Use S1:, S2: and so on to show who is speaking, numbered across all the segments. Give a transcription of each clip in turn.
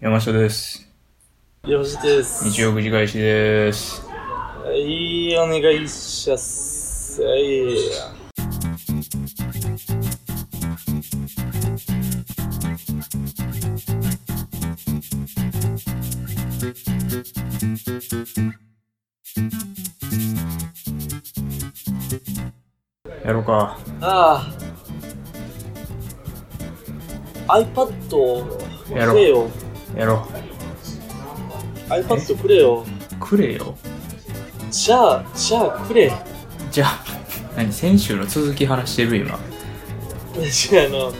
S1: 山下です。
S2: よしです。
S1: 日曜9時開始です。
S2: はい、お願いします。はい。
S1: やろうか。
S2: ああ。iPad をく
S1: やろう
S2: れよ。
S1: やろ
S2: iPad くれよ。
S1: う。くれよ。
S2: じゃあ、じゃあくれ。
S1: じゃあ、何先週の続き話してる今。
S2: じゃあ、あの、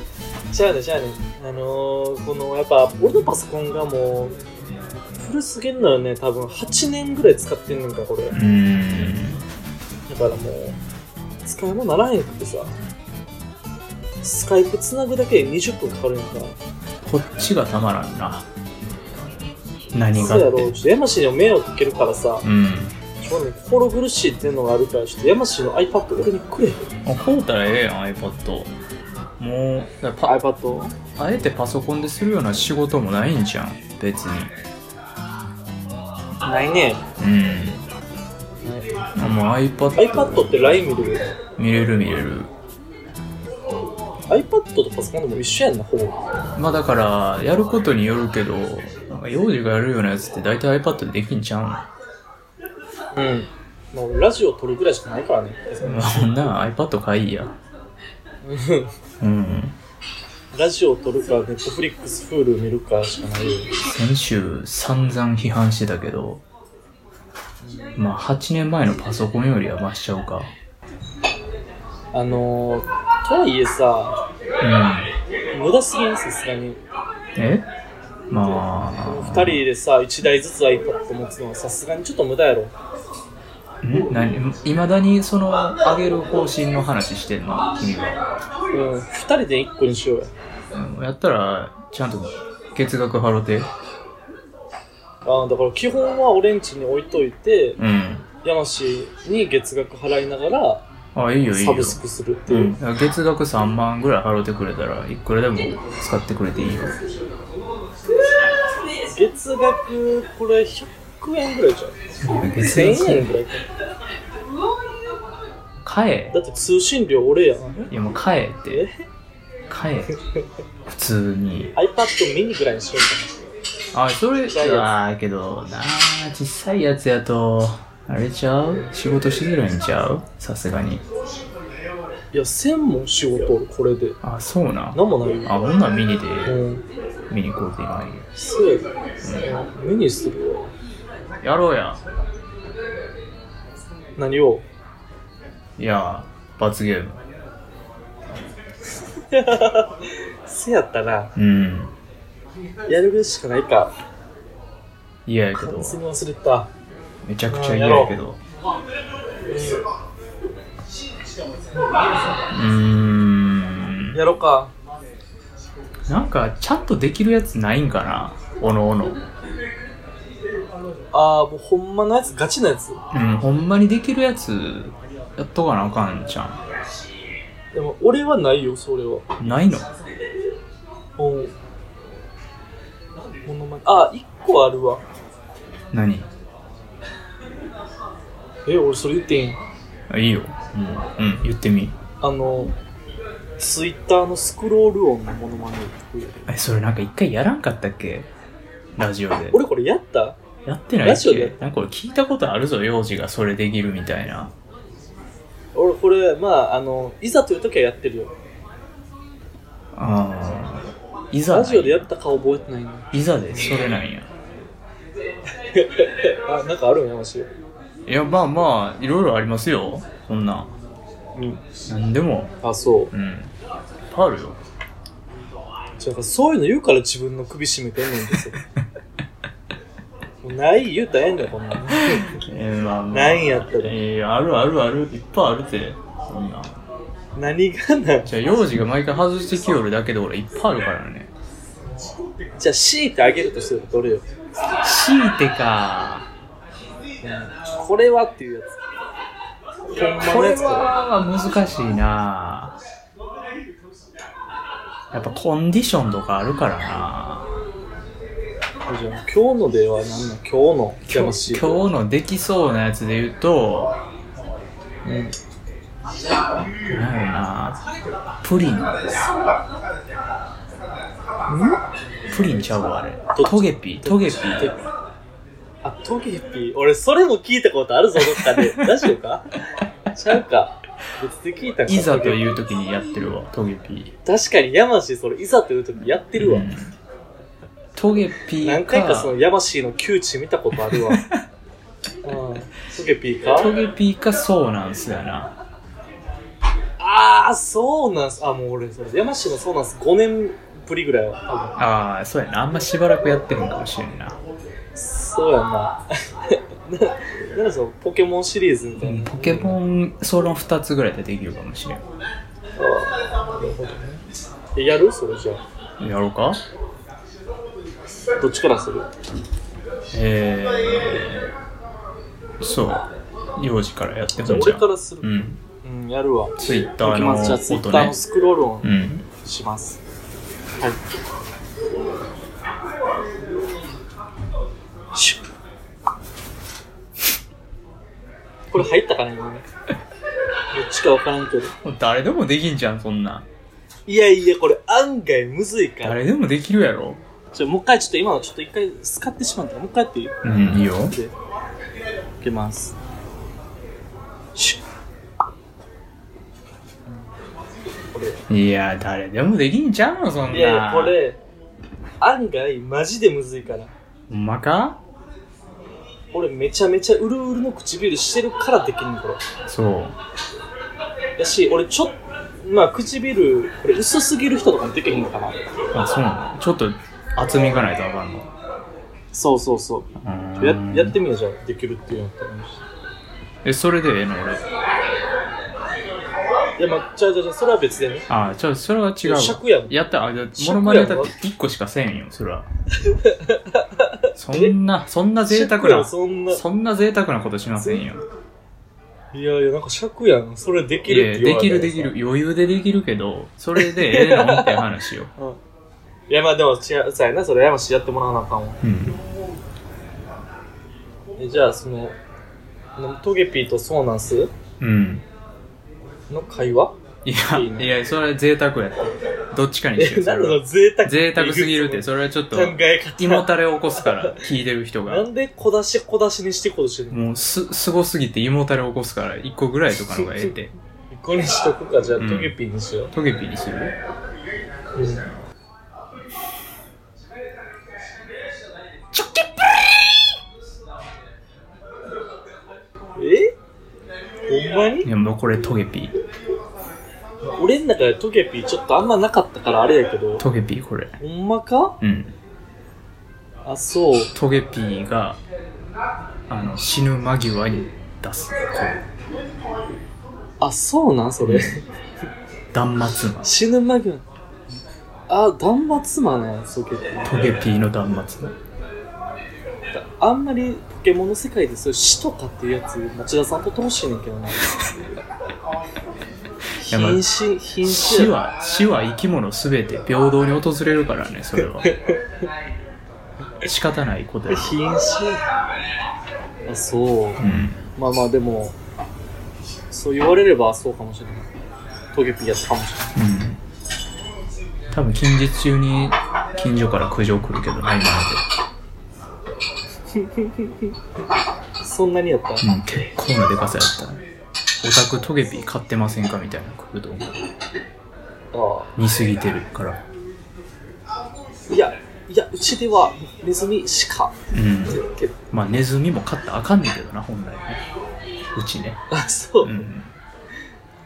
S2: じゃあね、じゃあね。あのー、この、やっぱ、俺のパソコンがもう、古すぎんのよね。多分、8年ぐらい使ってんのか、これ。
S1: うーん。
S2: だからもう、使い物ならへんくてさ、スカイプつなぐだけで20分かかるんやから、
S1: こっちがたまらんな。何が
S2: そう
S1: っ
S2: やろ、
S1: て。
S2: ちょっと山氏にも迷惑かけるからさ、
S1: うん。
S2: ちょっとね心苦しいっていうのがあるから、ちょっと山氏の iPad 俺にくれ。
S1: あ、こうたらええやん、iPad。もう、だから
S2: iPad を
S1: パあえてパソコンでするような仕事もないんじゃん。別に。
S2: ないね。
S1: うん。あもう iPad
S2: iPad って LINE 見るよ。
S1: 見れる見れる。
S2: iPad とパソコンでも一緒やんな、ほぼ。
S1: まあだから、やることによるけど、なんか幼児がやるようなやつって大体 iPad でできんちゃうん
S2: うん。もうラジオ撮るぐらいしかないからね。
S1: ほんなら iPad 買いや。うん。
S2: ラジオ撮るか、Netflix、Hulu 見るかしかないよ。
S1: 先週散々批判してたけど、まあ8年前のパソコンよりは増しちゃうか。
S2: あのー、とはいえさ、
S1: うん。
S2: 無駄すぎん、さすがに。
S1: えまあ、
S2: 2人でさ1台ずつ iPad 持つのはさすがにちょっと無駄やろ
S1: ん何いまだにその上げる方針の話してんの君は。
S2: うん2人で1個にしようや
S1: うんやったら、ちゃんと月額払うて。
S2: あーだから基本は俺ん家に置いといて
S1: うん。
S2: 山氏に月額払いながら
S1: あ、いいよいい
S2: サ
S1: よ
S2: ブ。スクするって
S1: う
S2: い
S1: ん、
S2: う
S1: だから月額3万ぐらい払ってくれたらいくらでも使ってくれていいよ
S2: 月額これ100円ぐらいじゃん
S1: 月
S2: 1000円
S1: 額
S2: ぐらいか
S1: 買え
S2: だって通信料俺やん
S1: いやもう買えって
S2: え
S1: 買え普通に
S2: iPad ミニぐらいにしよ
S1: あそれ
S2: いやいや
S1: ああけどな小さいやつやとあれちゃう仕事しづらいんちゃうさすがに
S2: うかないや1000も仕事俺これで
S1: あそうな
S2: なんもないよ
S1: あほんならミニで
S2: うん
S1: 見に行こうって今
S2: そうやでミニするよ
S1: やろうや
S2: 何を
S1: いや罰ゲーム
S2: せやったな
S1: うん
S2: やるしかないか
S1: 嫌やけど
S2: 完全に忘れてた。
S1: めちゃくちゃ嫌やけどうーん
S2: やろうか。
S1: なんかちゃんとできるやつないんかなおのおの
S2: ああ、もうほんまのやつ、ガチのやつ。
S1: うんほんまにできるやつやっとかなあかんじゃ
S2: でも俺はないよ、それは。
S1: んないの
S2: うん。ものまね。あー、一個あるわ。
S1: 何
S2: え、俺それ言っていいん
S1: あいいようん、うん、言ってみ
S2: あの、ツイッターのスクロール音のものまね。
S1: えそれなんか一回やらんかったっけラジオで
S2: 俺これやった
S1: やってない
S2: ラ
S1: っ
S2: ジオで
S1: けなんかこれ聞いたことあるぞ幼児がそれできるみたいな
S2: 俺これ、まあ、あの、いざという時はやってるよ。
S1: ああいざな
S2: ラ
S1: ん
S2: ジオでやったか覚えてないの。
S1: いざでそれなんや
S2: あ、なんかあるんや、マジ
S1: い
S2: で。
S1: やまあまあいろいろありますよそんなん
S2: うん。
S1: なんでも
S2: あ、そう。
S1: うんいっぱいあるよ
S2: だからそういうの言うから自分の首絞めてんねんですよ。 もうない言うたらええんだよ、こんなん。
S1: えー、まあまあ
S2: ないんやったら
S1: えー、あるあるあるいっぱいあるってそんな
S2: 何がなん
S1: じゃあ幼児が毎回外してきよるだけで俺いっぱいあるからね
S2: じゃあ、強いてあげるとするとどれよ。
S1: 強いてか
S2: これはっていうやつ。ほんま
S1: こ
S2: の
S1: れ
S2: やつか
S1: は難しいなやっぱコンディションとかあるからな
S2: じゃあ今日のでは何なの今日のキャ
S1: 今
S2: ラシ
S1: 日
S2: ート
S1: 今日のできそうなやつで言うと、
S2: うん
S1: なんやろなプリンプリンちゃうわあれ
S2: どっち
S1: トゲピートゲピー
S2: あ、トゲピー。俺、それも聞いたことあるぞ、どっかで。大丈夫かちゃうか。別に聞いたか
S1: いざと
S2: う。
S1: いう時にやってるわトゲピー
S2: 確かに、ヤマシー、それ、いざという時やってるわ。
S1: うんトゲピー
S2: 何
S1: か
S2: 回かその、ヤマシーの窮地見たことあるわ。うん。トゲピーか
S1: トゲピーかそうなんすよな
S2: あー、そうなんす。あ、もう俺、それ、ヤマシーのそうなんす。5年ぶりぐらいは、
S1: ああそうやなあんましばらくやってるんかもしれんな
S2: 多分。そうやんな。 ななんかその、ポケモンシリーズみたいな。
S1: ポケモンその2つぐらいでできるかもしれ
S2: あーなるほどね。えやるそれじゃあ。
S1: んやろうか
S2: どっちからする
S1: えー、そう幼児からやって
S2: じゃ
S1: も
S2: あ
S1: んじ
S2: 俺
S1: ゃん
S2: からする。
S1: うん
S2: うん、やるわ。
S1: ツイッタ
S2: 行
S1: ー
S2: き
S1: の
S2: ます。じゃあ、ツイッターのスクロールを
S1: 音ね
S2: します。はい。シュッこれ入ったかな、 今ね。どっちかわからんけど。
S1: うん誰でもできんじゃんそんなん
S2: いやいや、これ案外むずいから。
S1: 誰でもできるやろ
S2: ちょ、もう一回、ちょっと今のちょっと一回使ってしまった。もう一回やっていい
S1: うんいいよ
S2: で、いきます。シュッこれ。
S1: いや誰でもできんじゃんそんなん
S2: いやいや、これ、案外、マジでむずいから。
S1: ほんまか
S2: 俺、めちゃめちゃうるうるの唇してるからできるの、これ。
S1: そう
S2: やし、俺、ちょっまあ、唇、これ、薄すぎる人とかもできへんのかな。
S1: あそうなのちょっと厚みがないとあかんの
S2: そうそうそう
S1: ー
S2: う。や
S1: ん
S2: やってみよう、じゃあ、できるっていうのと。
S1: えそれでええの俺
S2: いや、まあ、じゃあ、じゃあ、それは別でね。
S1: あちょそれは違うわ
S2: 尺やん
S1: やったあじゃあ
S2: 尺や
S1: モ
S2: ん
S1: ノマネやったら1個しかせんよそれ はそんなそんな贅沢な
S2: 尺やんそんな。
S1: そんな贅沢なことしませんよ
S2: いやいや、なんか尺やん。それでき
S1: い
S2: るっ
S1: や
S2: て言
S1: で
S2: わ
S1: き
S2: れた
S1: る
S2: ら
S1: できる余裕でできるけどそれでええのって話 よ
S2: うん。いや、まあ、でも、違う、そうやな、それ、やましやってもらわなあかんわ。
S1: うん
S2: えじゃあ、その、トゲピーとソーナンス
S1: うん
S2: の会 話
S1: いや
S2: いいね
S1: いやそれは贅沢やってどっちかにしよ
S2: え、
S1: うそ
S2: なん
S1: れ
S2: だろ
S1: は
S2: う、贅沢
S1: 贅沢すぎるって
S2: 考
S1: それはちょっと
S2: え方。
S1: 胃もたれを起こす から聞いてる人
S2: な
S1: が
S2: んで小出し小出しにしていこうとしてるの
S1: もうすすごすぎて胃もたれを起こすから1個ぐらいとかのがええって
S2: これにしとくか、じゃあ、
S1: うん
S2: トゲピーにしよう。
S1: トゲピーにする
S2: えほんまに
S1: いやもうこれトゲピー
S2: 俺の中でトゲピーちょっとあんまなかったからあれやけど、
S1: トゲピーこれ
S2: ほんまか
S1: うん
S2: あ、そう。
S1: トゲピーがあの死ぬ間際に出すこう
S2: あ、そうなんそれ。
S1: 断末魔
S2: 死ぬ間際。あ、断末魔ね、トゲピー。
S1: トゲピーの断末魔
S2: あんまりポケモンの世界でそういう死とかっていうやつ、町田さんとってほしいねんけど な。
S1: やまあ
S2: 瀕死、瀕死や
S1: 死は死は生き物すべて平等に訪れるからねそれは仕方ないことや
S2: 瀕死あそう
S1: うん
S2: まあまあでもそう言われればそうかもしれないトゲピーやったかもしれない
S1: うん多分近日中に近所から苦情来るけどな今
S2: そんなにやった、
S1: まで、うん、結構なでかさやったねオタクトゲピー買ってませんかみたいな来ると思う
S2: あ
S1: 似すぎてるから
S2: あいやいやうちではネズミしか
S1: うん
S2: けど
S1: まあネズミも飼ったらあかんねんけどな本来ねうちね
S2: あそう、
S1: うん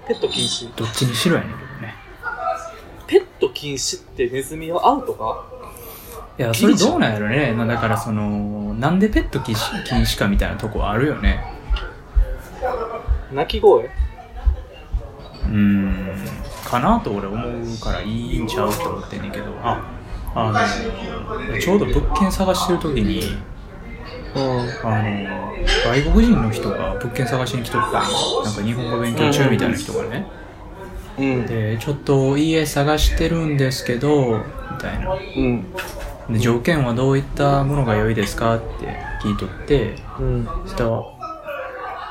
S2: ペット禁止
S1: どっちにしろやねんけどね
S2: ペット禁止ってネズミはアウトか
S1: いやそれどうなんやろねまあだからそのなんでペット禁止禁止かみたいなとこあるよね
S2: 鳴き声
S1: うんかなと俺思うからいいんちゃうと思ってんねんけどああのちょうど物件探してる時に
S2: うん
S1: あの外国人の人が物件探しに来とったのなんか日本語勉強中みたいな人がね
S2: うん
S1: でちょっと家探してるんですけどみたいな
S2: うん
S1: で条件はどういったものが良いですかって聞いとって
S2: うん。
S1: ちょっと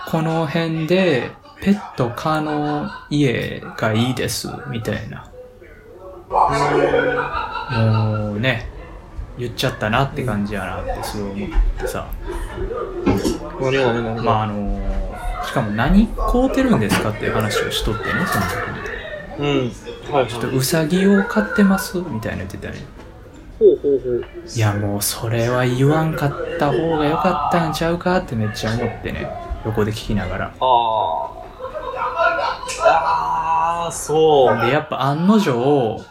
S1: この辺でペット可の家がいいですみたいなもうね言っちゃったなって感じやなってすごい思ってさ、
S2: 何が何が
S1: まああのしかも何買うてるんですかっていう話をしとってねその時に
S2: うん。はい、はい。
S1: ちょっとウサギを飼ってますみたいな言ってたね
S2: ほうほうほう。
S1: いやもうそれは言わんかった方が良かったんちゃうかってめっちゃ思ってね横で聞きながら
S2: ああ。ああ、そう。
S1: でやっぱ案の定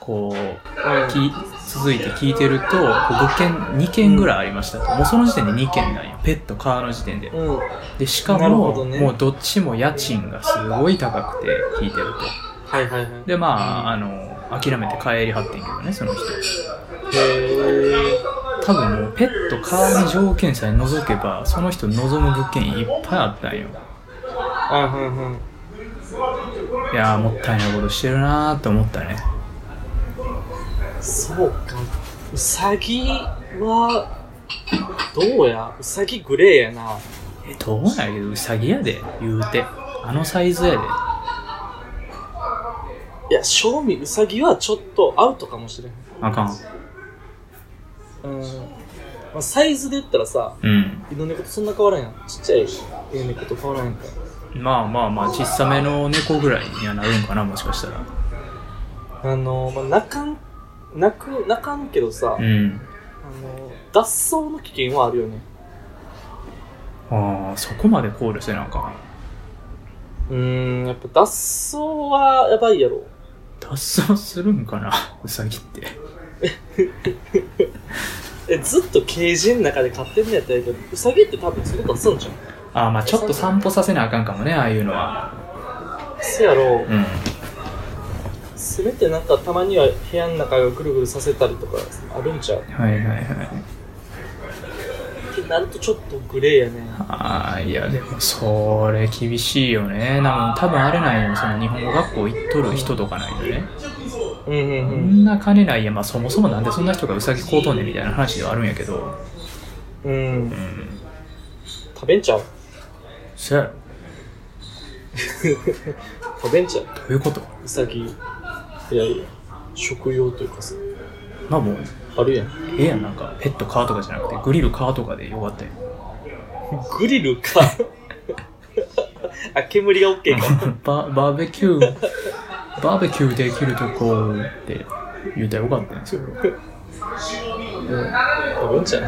S1: こう
S2: うん
S1: き続いて聞いてるとこう5件2件ぐらいありましたともうその時点で2件なんやペットカーの時点で
S2: うん。
S1: でしか
S2: なるほ
S1: も
S2: どね
S1: もうどっちも家賃がすごい高くて聞いてる
S2: はいはいはい
S1: と。でまああの諦めて帰りはってんけどねその人
S2: へえ。
S1: 多分もうペットカーの条件さえ除けばその人望む物件いっぱいあったんよ
S2: あはいはい
S1: やーもったいないことしてるなーと思ったね
S2: い。そうか。うさぎは、どうやうさぎグレーやな。
S1: えどうなんやけどウサギやで言うてあのサイズやで
S2: いや、正味うさぎはちょっとアウトかもしれん。
S1: あかん
S2: うん。まあ、サイズで言ったらさ、
S1: うん
S2: 犬猫とそんな変わらんやん。ちっちゃい犬猫と変わらんやんか。
S1: まあまあまあ小さめの猫ぐらいにはなるんかなもしかしたら
S2: あの、まあ、泣かん、泣く、泣かんけどさ、
S1: う
S2: あ
S1: ん
S2: の、脱走の危険はあるよね。
S1: ああそこまで考慮せなあかん
S2: うーん、やっぱ脱走はやばいやろ。
S1: 脱走するんかなウサギって
S2: え、ずっとケージの中で飼ってんのやったらいいけど、ウサギって多分そこ出すんじゃん。
S1: ああまあちょっと散歩させなあかんかもねああいうのは
S2: そやろ、
S1: うん
S2: せめてなんかたまには部屋の中がぐるぐるさせたりとかあるんちゃうっ
S1: はいはいはい
S2: てなるとちょっとグレーやね。
S1: ああいやでもそれ厳しいよねなんか多分あれないよその日本語学校行っとる人とかないよね
S2: うんう
S1: そ
S2: ん
S1: んな金ないやまあそもそもなんでそんな人がウサギ買うとんねんみたいな話ではあるんやけど
S2: うん。う。
S1: うんん
S2: 食べんちゃう
S1: そやろ
S2: 食べんちゃう
S1: どういうこと
S2: ウサギ。いやいや、食用というかさ、
S1: まあもう
S2: あるやん。
S1: ええやんなんかペットカーとかじゃなくてグリルカーとかでよかったよ
S2: グリルか。 あ、煙が OK か。
S1: ババーベキューバーベキューできるとこって言うたらよかったんですよ
S2: 食べんちゃう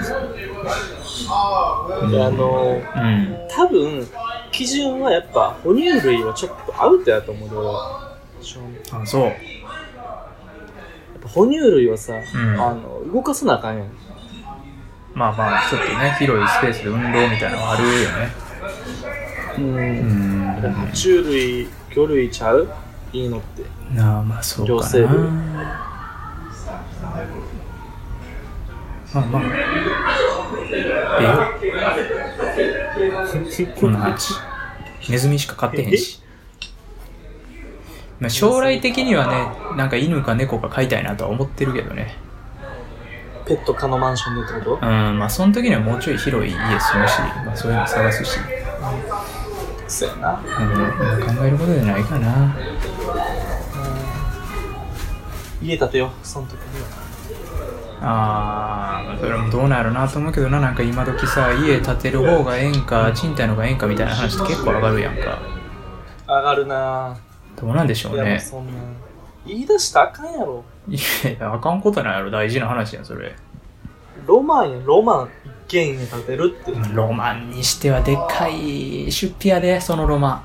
S2: いや、あの
S1: う
S2: ー、
S1: ん
S2: 多分、基準はやっぱ、哺乳類はちょっとアウトやと思うで俺は正味
S1: あそう
S2: やっぱ哺乳類はさ、
S1: ん
S2: あの動かさなあかんやん
S1: まあまあちょっとね広いスペースで運動みたいなのはあるよね
S2: うん
S1: うん
S2: 爬虫類魚類ちゃういいの って
S1: なあまあそうかな
S2: 両生類
S1: まあまあええよこんな話ネズミしか飼ってへんしまあ将来的にはねなんか犬か猫か飼いたいなとは思ってるけどね
S2: ペット可のマンションでってこ
S1: うんまあその時にはもうちょい広い家住むし、まあ、そういうの探すし、
S2: とそうやな
S1: うん、考えることじゃないかな
S2: 家建てようその時には
S1: あーまあそれもどうなんやろうなと思うけどななんか今時さ家建てる方がええんか賃貸の方がええんかみたいな話って結構上がるやんか
S2: 上がるな
S1: どうなんでしょ
S2: ぁいうやもう
S1: ね
S2: そんな言い出したらあかんやろ
S1: いやあかんことないやろ大事な話やんそれ
S2: ロマンやロマン一軒家建てるって
S1: ロマンにしてはでっかい出費やでそのロマ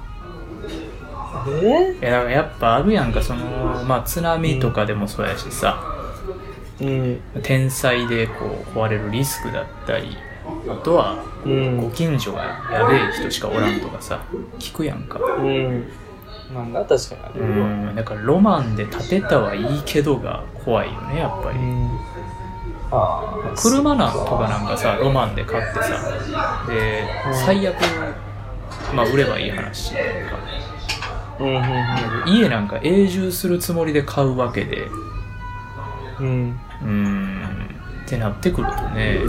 S2: え
S1: ンいやだからやっぱあるやんかそのまあ津波とかでもそうやしさ
S2: うん
S1: 天災でこう壊れるリスクだったりあとは
S2: うん
S1: ご近所がやべえ人しかおらんとかさ聞くやんか
S2: うんなんだ確かにある
S1: う
S2: よ
S1: ん、だからロマンで建てたはいいけどが怖いよねやっぱ
S2: う
S1: り
S2: んああ
S1: 車なんとかなんかさロマンで買ってさで
S2: うん
S1: 最悪まあ売ればいい話やんか
S2: うんうん
S1: 家なんか永住するつもりで買うわけで
S2: うんうん
S1: うんってなってくるとね、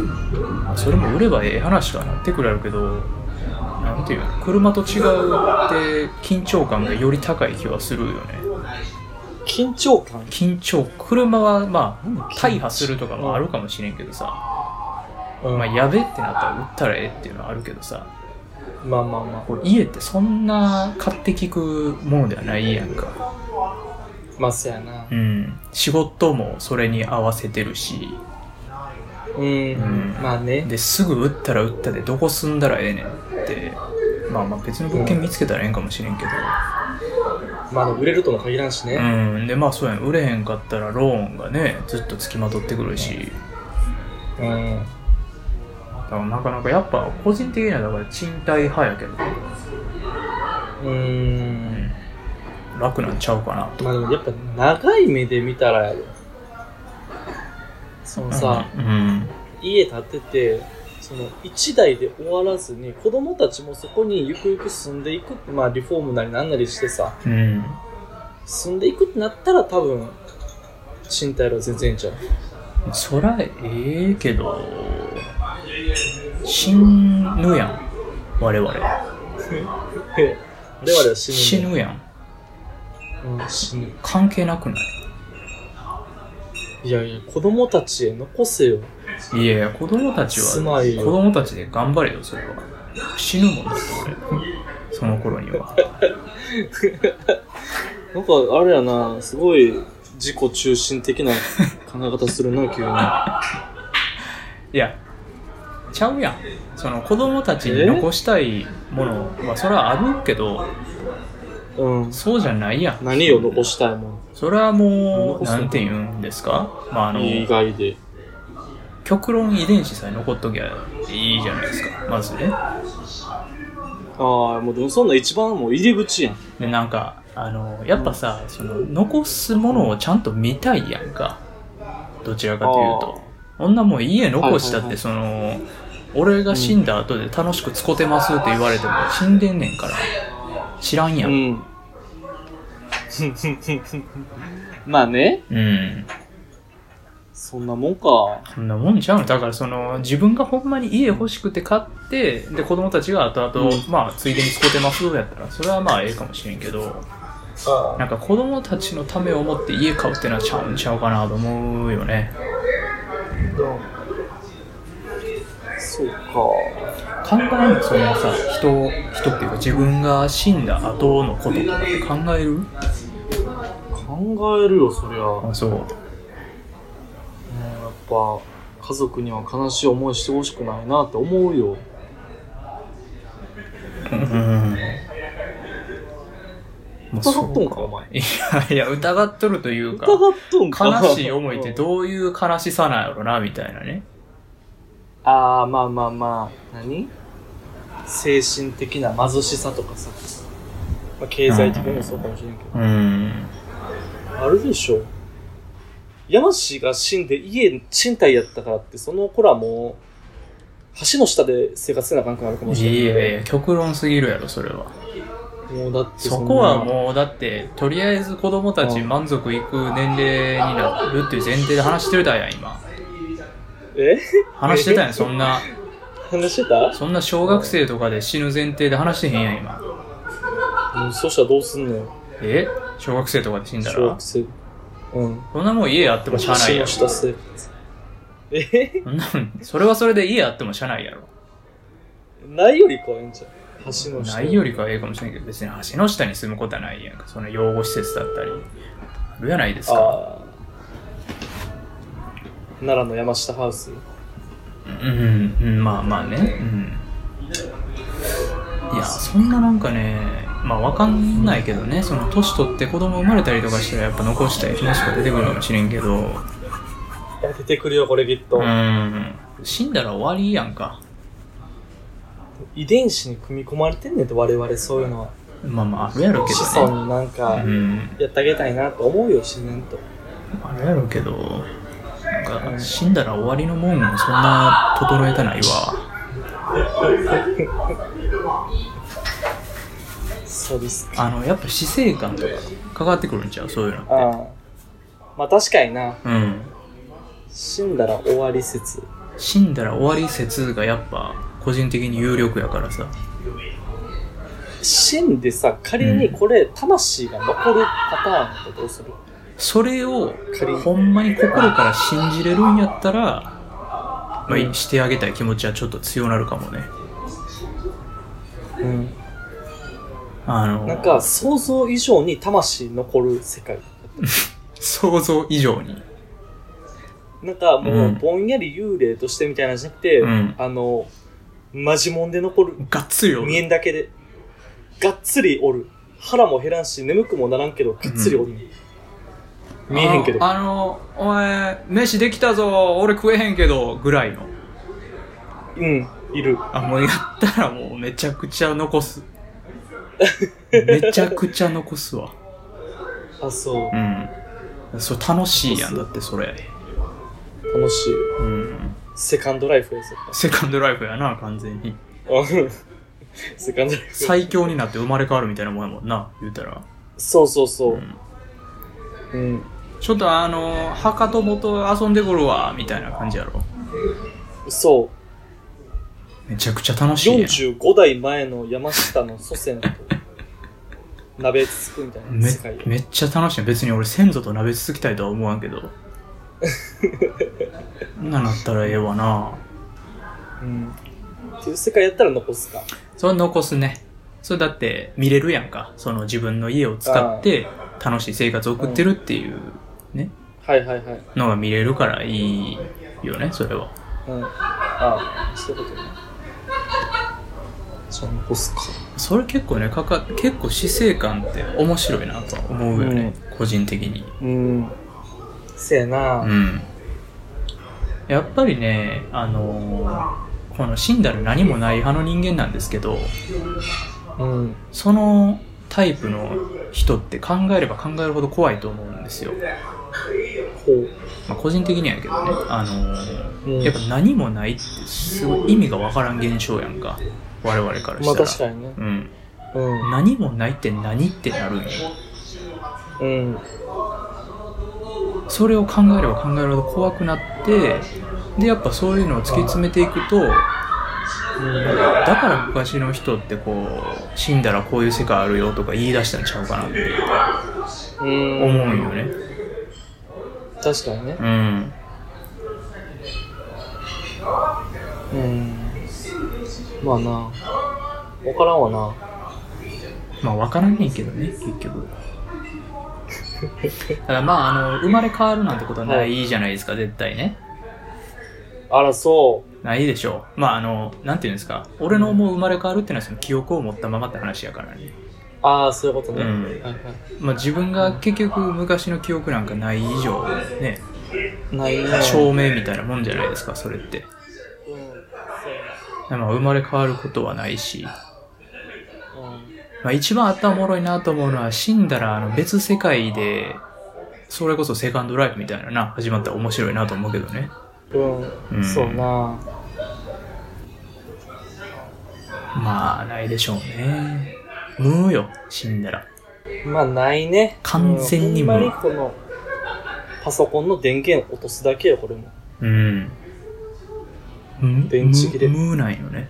S1: まあそれも売ればええ話とはなってくるやろうけどなんていうの車と違うって緊張感がより高い気はするよね
S2: 緊張感
S1: 緊張車はま
S2: なんだ
S1: あ
S2: 緊張
S1: 大破するとかもあるかもしれんけどさ、
S2: うん
S1: まあ、やべってなったら売ったらええっていうのはあるけどさ
S2: まあまあま
S1: こう家ってそんな買って聞くものではないやんか、
S2: あまあそうやな
S1: うん、仕事もそれに合わせてるし
S2: うん、
S1: ん
S2: まあね
S1: ですぐ売ったら売ったでどこ住んだらええねんってまあまあ別の物件見つけたらええんかもしれんけど
S2: まあでも売れるとも限らんしね、
S1: うんでまあそうやん売れへんかったらローンがねずっとつきまとってくるし
S2: うん、
S1: だからなかなかやっぱ個人的にはだから賃貸派やけど、
S2: う、
S1: うんん、楽なんちゃうかなと
S2: まあでもやっぱ長い目で見たらやでそのさ、
S1: うん
S2: 家建ててその1台で終わらずに子供たちもそこにゆくゆく住んでいくってまあリフォームなりなんなりしてさ
S1: うん
S2: 住んでいくってなったら多分賃貸よりは全然いいん ちゃう
S1: そらええけど死ぬやん我々
S2: え我々は死ぬ
S1: 死
S2: んだ
S1: ぬやん
S2: うん、死ぬ
S1: 関係なくない
S2: いやいや子供たちへ残せよ
S1: いやいや子供たち
S2: す
S1: は
S2: まい
S1: 子
S2: よ
S1: 供たちで頑張れよそれは死ぬもんだって俺その頃に は
S2: なんかあれやなすごい自己中心的な考え方するな急に
S1: いやちゃうやんその子供たちに残したいものはそれはあるけど
S2: うん
S1: そうじゃないやん
S2: 何を残したいも
S1: それはもう
S2: 残す
S1: なんて言うんですかまああ
S2: の
S1: の
S2: 以外で
S1: 極論遺伝子さえ残っときゃいいじゃないですかまずね
S2: ああもうでもそんな一番もう入り口やん
S1: でなんかあのやっぱさ、その残すものをちゃんと見たいやんかどちらかというと女もう家残したって、
S2: はいはいはい
S1: その俺が死んだ後で楽しく使ってますって言われても死んでんねんから知らんや
S2: うんん まあね
S1: うん
S2: そんなもんか
S1: そんなもんちゃうのだからその自分がほんまに家欲しくて買ってで子供たちが後々、
S2: う
S1: まあついでに使ってますやったらそれはまあええかもしれんけどなんか子供たちのためを思って家買うってのはちゃうんちゃうかなと思うよね
S2: そうか
S1: 考えるそのさ人人っていうか自分が死んだ後のこととかって考える
S2: 考えるよそりゃ、うん、やっ
S1: あそう
S2: ぱ家族には悲しい思いしてほしくないなって思う よ
S1: うんもう
S2: 疑っとんかお前
S1: いやいや疑っとるというか
S2: 疑っとんか
S1: 悲しい思いってどういう悲しさなんやろなみたいなね
S2: ああまあまあまあ何精神的な貧しさとかさ、まあ、経済的にもそうかもしれんけ
S1: う
S2: ど、
S1: ん
S2: あるでしょヤマシが死んで家賃貸やったからってその子らもう橋の下で生活せなあかんくなるかもしれないい
S1: やいや極論すぎるやろそれは
S2: もうだって
S1: そ
S2: んな
S1: こはもうだってとりあえず子供たち満足いく年齢になるっていう前提で話してるだやん今
S2: え
S1: 話してたやんそんな
S2: 話してた
S1: そんな小学生とかで死ぬ前提で話してへんやん今
S2: もうそしたらどうすんのよ
S1: え小学生とかで死んだ
S2: 小
S1: ら
S2: 学生うん
S1: そんなもん家あってもしゃあない
S2: 橋
S1: や
S2: の
S1: ろ
S2: 下生活え
S1: そんなもん それはそれで家あってもしゃあないやろ
S2: ないよりかはいいんじゃん橋の下
S1: ないよりかはええかもしれんけど別に橋の下に住むことはないやんかその養護施設だったりあるやないですか
S2: あー奈良の山下ハウス
S1: うん、うん、まあまあね、うん、いやそんななんかねまあわかんないけどねその年取って子供生まれたりとかしたらやっぱ残したい気持ちが出てくるかもしれんけど
S2: いや出てくるよこれきっと、
S1: うん死んだら終わりやんか
S2: 遺伝子に組み込まれてんねんって我々そういうのは
S1: まあまああるやろうけ
S2: 子
S1: どね
S2: 孫になんか
S1: うん
S2: やってあげたいなと思うよ自然と
S1: あるやろうけどなんか死んだら終わりのもんもそんな整えたないわ
S2: そうです
S1: あのやっぱ死生観とかかかってくるんちゃうそういうの
S2: ああまあ確かにな
S1: うん
S2: 死んだら終わり説。
S1: 死んだら終わり説がやっぱ個人的に有力やからさ
S2: 死んでさ、仮にこれ、魂が残るパターンだとどうする
S1: それを
S2: 仮に
S1: ほんまに心から信じれるんやったら、まあ、
S2: うん
S1: してあげたい気持ちはちょっと強なるかもね
S2: うん。
S1: あの
S2: なんか、想像以上に魂残る世界。
S1: 想像以上に
S2: なんかも
S1: う
S2: う、
S1: ん
S2: ぼんやり幽霊としてみたいなんじゃなくて、
S1: うん
S2: あの、マジモンで残る。
S1: がっつりおる
S2: 見えんだけで。がっつりおる。腹も減らんし、眠くもならんけど、がっつりおる。見えへんけど。
S1: あのあのお前飯できたぞ俺食えへんけどぐらいの
S2: うん、いる。
S1: あもうやったらもうめちゃくちゃ残すめちゃくちゃ残すわ
S2: あ、そう
S1: う。んそれ楽しいやんだってそれ
S2: 楽しい。
S1: うん
S2: セカンドライフやぞ。
S1: セカンドライフやな完全に
S2: うんセカンドライフ。
S1: 最強になって生まれ変わるみたいなもんやもんな言うたら、
S2: そうそうそうう。
S1: ん
S2: うん。
S1: ちょっとあの墓と元遊んでくるわみたいな感じやろ
S2: そう。
S1: めちゃくちゃ楽しいやん
S2: 45代前の山下の祖先と鍋つつくみたいな
S1: め
S2: 世界
S1: めっちゃ楽しい別に俺先祖と鍋つつきたいとは思わんけどそんななったらええわな
S2: うん、っていう世界やったら残すか
S1: それ残すねそれだって見れるやんかその自分の家を使って楽しい生活を送ってるっていうね
S2: はいはいはい、
S1: のが見れるからいいよねそれは
S2: うん、ああそういうことねじゃあ残すか
S1: それ結構ねかか結構死生観って面白いなとは思うよね、個人的に
S2: うんせやな、
S1: うんやっぱりねあのーこの死んだら何もない派の人間なんですけど
S2: うん
S1: そのタイプの人って考えれば考えるほど怖いと思うんですよ、
S2: こう
S1: まあ、個人的にはやけどねあのー
S2: うん
S1: やっぱ何もないってすごい意味がわからん現象やんか我々から
S2: ま
S1: し
S2: あ
S1: たら、
S2: 確かにね
S1: うん
S2: うん
S1: 何もないって何ってなるんよ
S2: うん
S1: それを考えれば考えるほど怖くなってでやっぱそういうのを突き詰めていくとだから昔の人ってこう死んだらこういう世界あるよとか言い出したんちゃうかなって
S2: うん
S1: 思うよね
S2: 確かにね
S1: うん
S2: うんまあなわからんわな
S1: まあ分からんねんけどね結局だからまああの生まれ変わるなんてことはないじゃないですか絶対ね
S2: あらそ
S1: ないでしょうまああのなんていうんですか俺の思う生まれ変わるっていうのはその記憶を持ったままって話やからね
S2: うああそういうことね、
S1: うん
S2: はいはい
S1: まあ、自分が結局昔の記憶なんかない以上ね
S2: ないね
S1: 証明みたいなもんじゃないですかそれって、
S2: うんそうやな
S1: まあ、生まれ変わることはないし、
S2: う
S1: まあ、一番あったおもろいなと思うのは死んだらあの別世界でそれこそセカンドライフみたいなな始まったら面白いなと思うけどね
S2: ん、
S1: う
S2: うんん、そうな
S1: まあないでしょうね無よ死んだら
S2: まあないね
S1: 完全に
S2: うん
S1: も
S2: ほ
S1: うん
S2: まにこのパソコンの電源落とすだけよこれも
S1: うん無
S2: 電池切れ
S1: 無無なんよね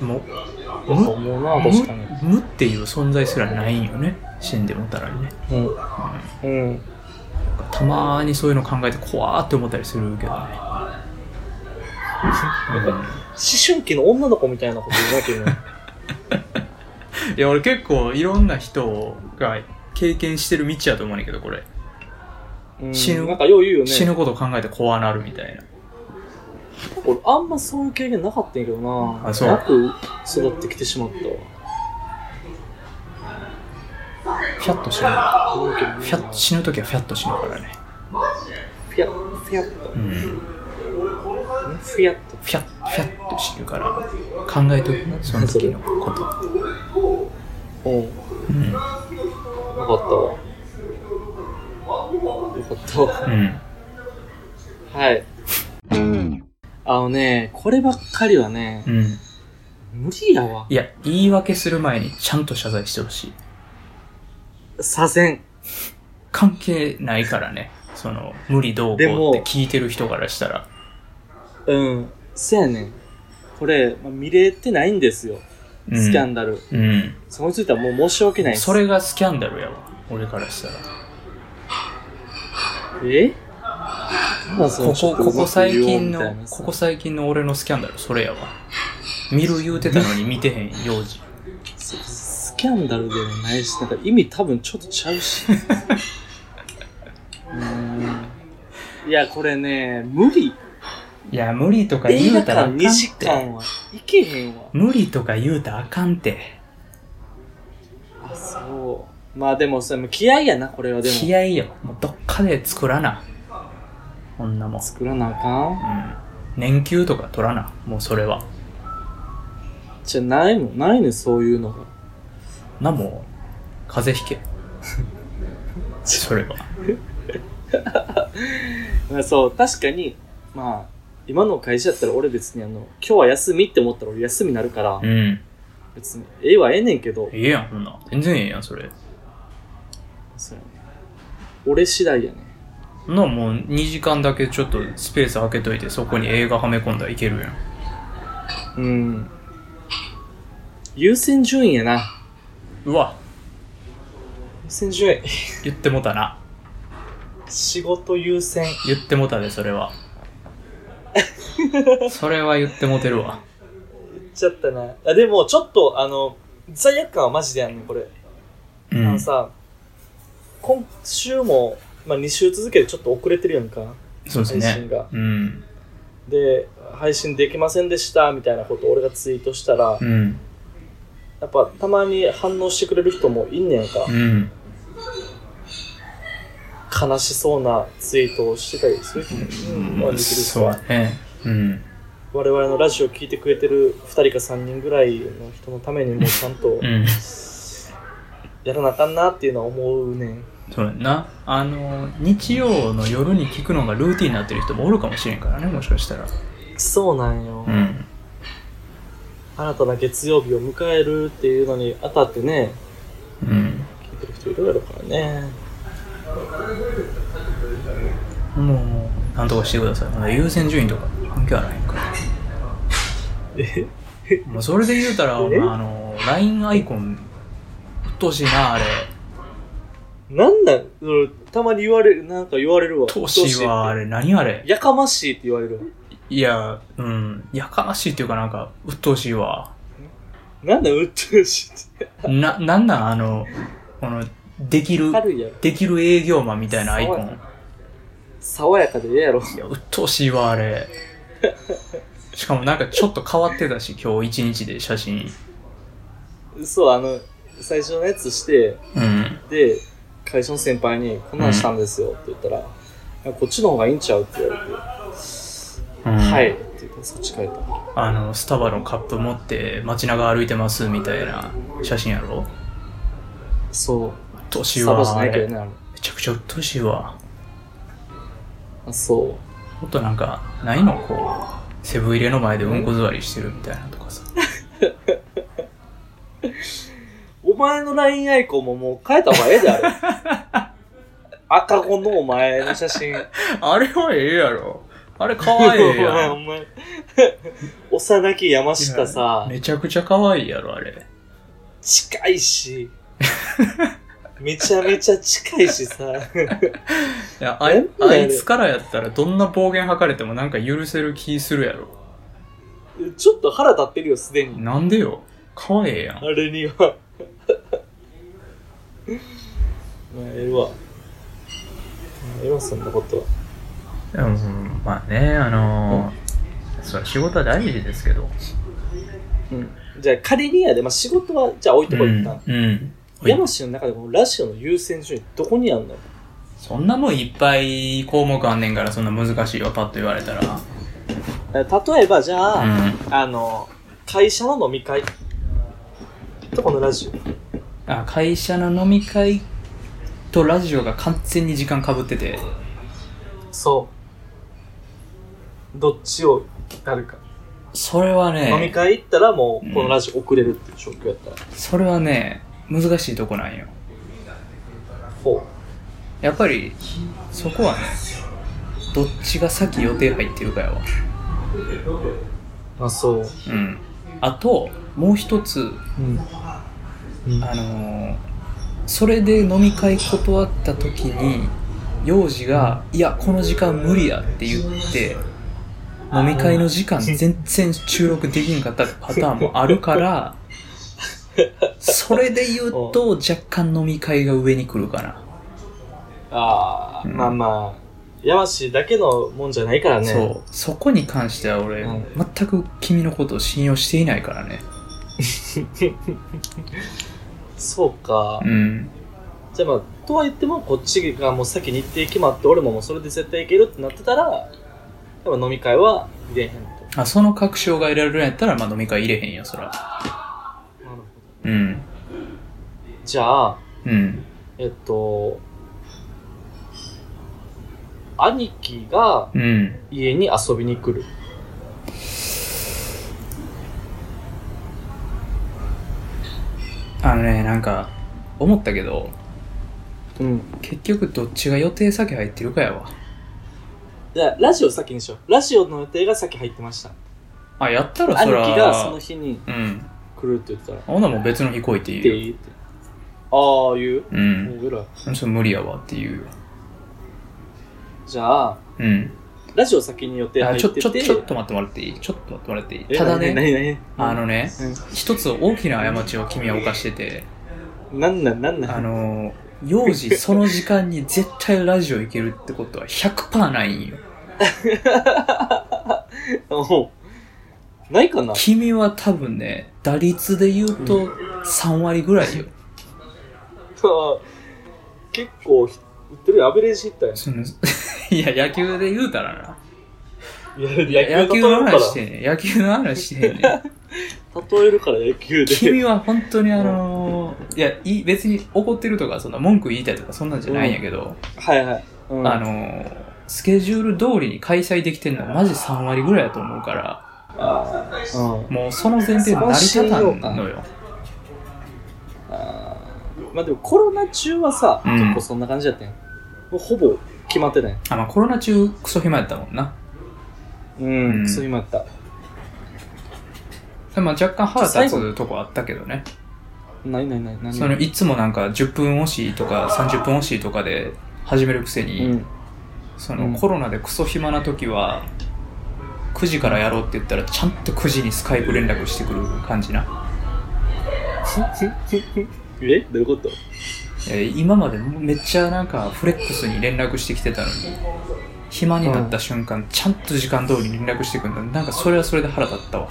S1: もう
S2: と
S1: 無
S2: 思うな確かに
S1: 無無っていう存在すらないんよね死んでもたらね
S2: うん、うん、
S1: たまにそういうの考えて怖ーって思ったりするけどね、
S2: 思春期の女の子みたいなこと言うわけよね
S1: うんいや俺結構いろんな人が経験してる道やと思うねんだけどこれ、
S2: うん
S1: 死ぬ
S2: なんかよう言うよね
S1: 死ぬことを考えて怖なるみたいな
S2: 俺あんまそういう経験なかったんやけどな
S1: あそう
S2: なく育ってきてしまった
S1: フャッと死ぬフ
S2: わ思うけどね
S1: ャッ死ぬ時はフャッと死ぬからね、
S2: ふやふやっと
S1: う
S2: ね
S1: ん
S2: ふやっと
S1: フィャッフィャッとしてるから考えとくねその時のこと、
S2: うんよ
S1: うん
S2: かったわよかったわ
S1: うん、
S2: はい。あのね、こればっかりはね、
S1: うん、
S2: 無理やわ。
S1: いや言い訳する前にちゃんと謝罪してほしい
S2: 左遷。
S1: 関係ないからねその無理どうこ
S2: で
S1: う
S2: も
S1: って聞いてる人からしたら
S2: うん。せやねん。これ、まあ見れてないんですよ。
S1: うん
S2: スキャンダル。
S1: うん
S2: そこについてはもう申し訳ないです。
S1: それがスキャンダルやわ俺からしたら
S2: えなんだその
S1: ここここ最近
S2: みた
S1: の
S2: いなさ
S1: ここ最近の俺のスキャンダルそれやわ見る言うてたのに見てへん幼児
S2: ススキャンダルでもないし、なんか意味多分ちょっとちゃうし。うーんいや、これね、無理。
S1: いや無理とか
S2: 映
S1: 言
S2: 画
S1: うたらあかん
S2: 館2時
S1: って
S2: 間は行けへんわ。
S1: 無理とか言うたらあかんって
S2: あ、そう。まあでも、それも気合やな、これはでも。
S1: 気合いよもうどっかで作らなこんなもん、
S2: 作らなあかん
S1: うん、年休とか取らなもうそれは
S2: じゃないもん、ないねん、そういうのが。
S1: なもう風邪ひ けそれは
S2: まあそう、確かに、まあ、今の会社やったら俺別にあの、今日は休みって思ったら俺休みになるから
S1: う、ん
S2: 別に、ええはええねんけど、
S1: ええやんそんなん全然ええやんそれ
S2: そうやね俺次第やね。
S1: そんなもう2時間だけちょっとスペース空けといてそこに映画はめ込んだらいけるやん
S2: うん。優先順位やな。
S1: うわ
S2: 優先順位。
S1: 言ってもたな
S2: 仕事優先。
S1: 言ってもたでそれ はそれは言ってもてるわ
S2: 言っちゃったな。あでも、ちょっと、あの、罪悪感はマジでやんねん、これ。
S1: う
S2: あ
S1: ん
S2: のさ、今週も、まあ、2週続けてちょっと遅れてるやんか。
S1: そうです
S2: 配信
S1: ね
S2: が
S1: うん
S2: で、配信できませんでした、みたいなことを俺がツイートしたら
S1: う、ん
S2: やっぱたまに反応してくれる人もいんねんか
S1: う。ん
S2: 悲しそうなツイートをしてたりする人もいん
S1: う
S2: は
S1: ん
S2: できる
S1: そう
S2: さ
S1: だねうん
S2: 我々のラジオ聞いてくれてる2人か3人ぐらいの人のためにもちゃんと
S1: うん
S2: やらなあかんなっていうのは思うねん。
S1: そうやんなあの日曜の夜に聞くのがルーティンになってる人もおるかもしれんからねもしかしたら
S2: そうなんよ。
S1: うん
S2: 新たな月曜日を迎えるっていうのにあたってね、
S1: うん
S2: 聞いてる人いるやろからね。
S1: もうなんとかしてくださいまだ優先順位とか関係はないん から
S2: え
S1: もうそれで言うたらお前あの LINE アイコンうっとうしいなあれう
S2: なんなんうんたまに言われる、なんか言われるわ。
S1: っとうしいわあ
S2: うっとうしいっ
S1: れ何あれ
S2: てやかましいって言われるわ。
S1: いやうんやかましいっていうかなんかうっとうしいわ
S2: なんだ、うっとうしいって。
S1: ななんなんあのこのできる
S2: 軽いやろ。
S1: できる営業マンみたいなアイコン
S2: 爽やかでええ やろ。
S1: いや、鬱陶しいわ、あ れ。しかもなんかちょっと変わってたし、今日一日で写真。
S2: そう、あの、最初のやつして、
S1: うん。
S2: で、会社の先輩に、こんなんしたんですよって言ったら、いやこっちの方がいいんちゃうって言われて、
S1: うん
S2: はい。って言って、そっち変えた。
S1: あの、スタバのカップ持って街中歩いてますみたいな写真やろ。
S2: そう。
S1: 鬱陶しい
S2: サバじゃ
S1: わ、あ
S2: ないけ
S1: れ。
S2: ど
S1: め
S2: ね、あれ。
S1: ちゃくちゃ鬱陶しいわ。
S2: あ、そう。
S1: もっとなんか、ないのこう、セブン入れの前でうんこ座りしてるみたいなとかさ。
S2: お前の LINE アイコンももう変えた方がええで、あれ。 赤子のお前の写真。
S1: あれはええやろ。あれ可愛いや
S2: お
S1: ん。
S2: 前、幼き山下さ、
S1: めちゃくちゃ可愛いやろ、あれ。
S2: 近いし、めちゃめちゃ近いしさ、
S1: いやあ
S2: や
S1: い
S2: るや
S1: あ
S2: る
S1: いつからやったらどんな暴言吐かれてもなんか許せる気するやろ
S2: ちょっと腹立ってるよ、すでに。
S1: なんでよ可愛いやん
S2: あれには。 まあ、ええわ。まあええわ、そんなことは。
S1: うんまあねあのーそれ仕事は大事ですけど
S2: うん。じゃあ仮にやで、まあ仕事は、じゃあ置いとこう一旦。
S1: うん
S2: 山氏の中でこのラジオの優先順位どこにあんの
S1: そんなもんいっぱい項目あんねんからそんな難しいわパッと言われたら
S2: 例えばじゃあ、
S1: うん
S2: あの会社の飲み会とこのラジオ
S1: あ会社の飲み会とラジオが完全に時間かぶってて
S2: そうどっちをやるか、
S1: それは
S2: 飲み
S1: ね
S2: 会行ったらもうこのラジオ遅れるっていう状況やったら、
S1: それはね難しいとこなんよ
S2: ほ
S1: やっぱりそこはねどっちが先予定入ってるかやわ
S2: あ、そう。
S1: うんあともう一つ
S2: うん。うん
S1: あのーそれで飲み会断った時に幼児が「いやこの時間無理や」って言って飲み会の時間全然収録できんかったパターンもあるからそれで言うと若干飲み会が上に来るかな、
S2: ああ、まあまあ、やましいだけのもんじゃないからね。
S1: そうそこに関しては俺
S2: うん
S1: 全く君のことを信用していないからね
S2: そうか。
S1: うん
S2: じゃあまあ、とは言っても、こっちがもう先日程決まって、俺ももうそれで絶対行けるってなってたら、やっぱ飲み会は入れへんと。
S1: あその確証が得られるんやったら、まあ、飲み会入れへんよそら
S2: なるほ
S1: う
S2: ど。
S1: ん
S2: じゃあ、
S1: うん
S2: えっと、兄貴が
S1: うん
S2: 家に遊びに来る。
S1: あのねなんか思ったけど
S2: うん。
S1: 結局どっちが予定先入ってるかやわ
S2: じゃあ、ラジオ先にしよう。ラジオの予定が先入ってました。
S1: あやったら
S2: 兄
S1: そら
S2: 貴がその日に
S1: うん
S2: 来るって言ってたら、っ
S1: ほんならもう別の日来いって
S2: て
S1: 言うよ
S2: 言って。ああ、言う
S1: う
S2: も
S1: ん
S2: うぐらい。
S1: それ無理やわって言うよ
S2: じゃあ、
S1: うん
S2: ラジオ先に予定
S1: あ
S2: 入っ
S1: ち
S2: て
S1: ょ
S2: て。
S1: ちょちょっと待ってもらっていいちょっと待ってもらっていい
S2: え
S1: ただ
S2: 何
S1: ね
S2: 何何
S1: あ、のね一つ大きな過ちを君は犯して て
S2: うん、なんなんなんな
S1: あ
S2: ん
S1: の幼児その時間に絶対ラジオ行けるってことは100%ないんよ
S2: おうないかな
S1: 君は多分ね打率で言うと3割ぐらいよ
S2: あ結構、売ってるよアベレージヒッター
S1: その いや野球で言うたらな
S2: や。いや
S1: 野球の
S2: 例える
S1: 話してんねん野球の話してんね ん
S2: から、例えるから野球で。
S1: 君は本当にあのーいやいい別に怒ってるとかそんな文句言いたいとかそんなんじゃないんやけど、
S2: はいはい。うん、
S1: あのースケジュール通りに開催できてんのはマジ3割ぐらいやと思うから
S2: あーうん
S1: もうその前提成り立たんのよ
S2: あーまあでもコロナ中はさ、
S1: うん
S2: 結構そんな感じだったよ。もうほぼ決まってない。
S1: あ、まあ、コロナ中クソ暇やったもんな
S2: うん、
S1: うん
S2: クソ今やった。
S1: まあ、若干腹立つとこあったけどね
S2: ないないない、何
S1: そのいつもなんか10分惜しいとか30分惜しいとかで始めるくせ
S2: う
S1: に、
S2: ん。
S1: そうの
S2: ん
S1: コロナでクソ暇な時は9時からやろうって言ったらちゃんと9時にスカイプ連絡してくる感じな、
S2: えどういうこと
S1: えー今までめっちゃなんかフレックスに連絡してきてたのに暇になった瞬間、ちゃんと時間通りに連絡してくるのなんかそれはそれで腹立ったわ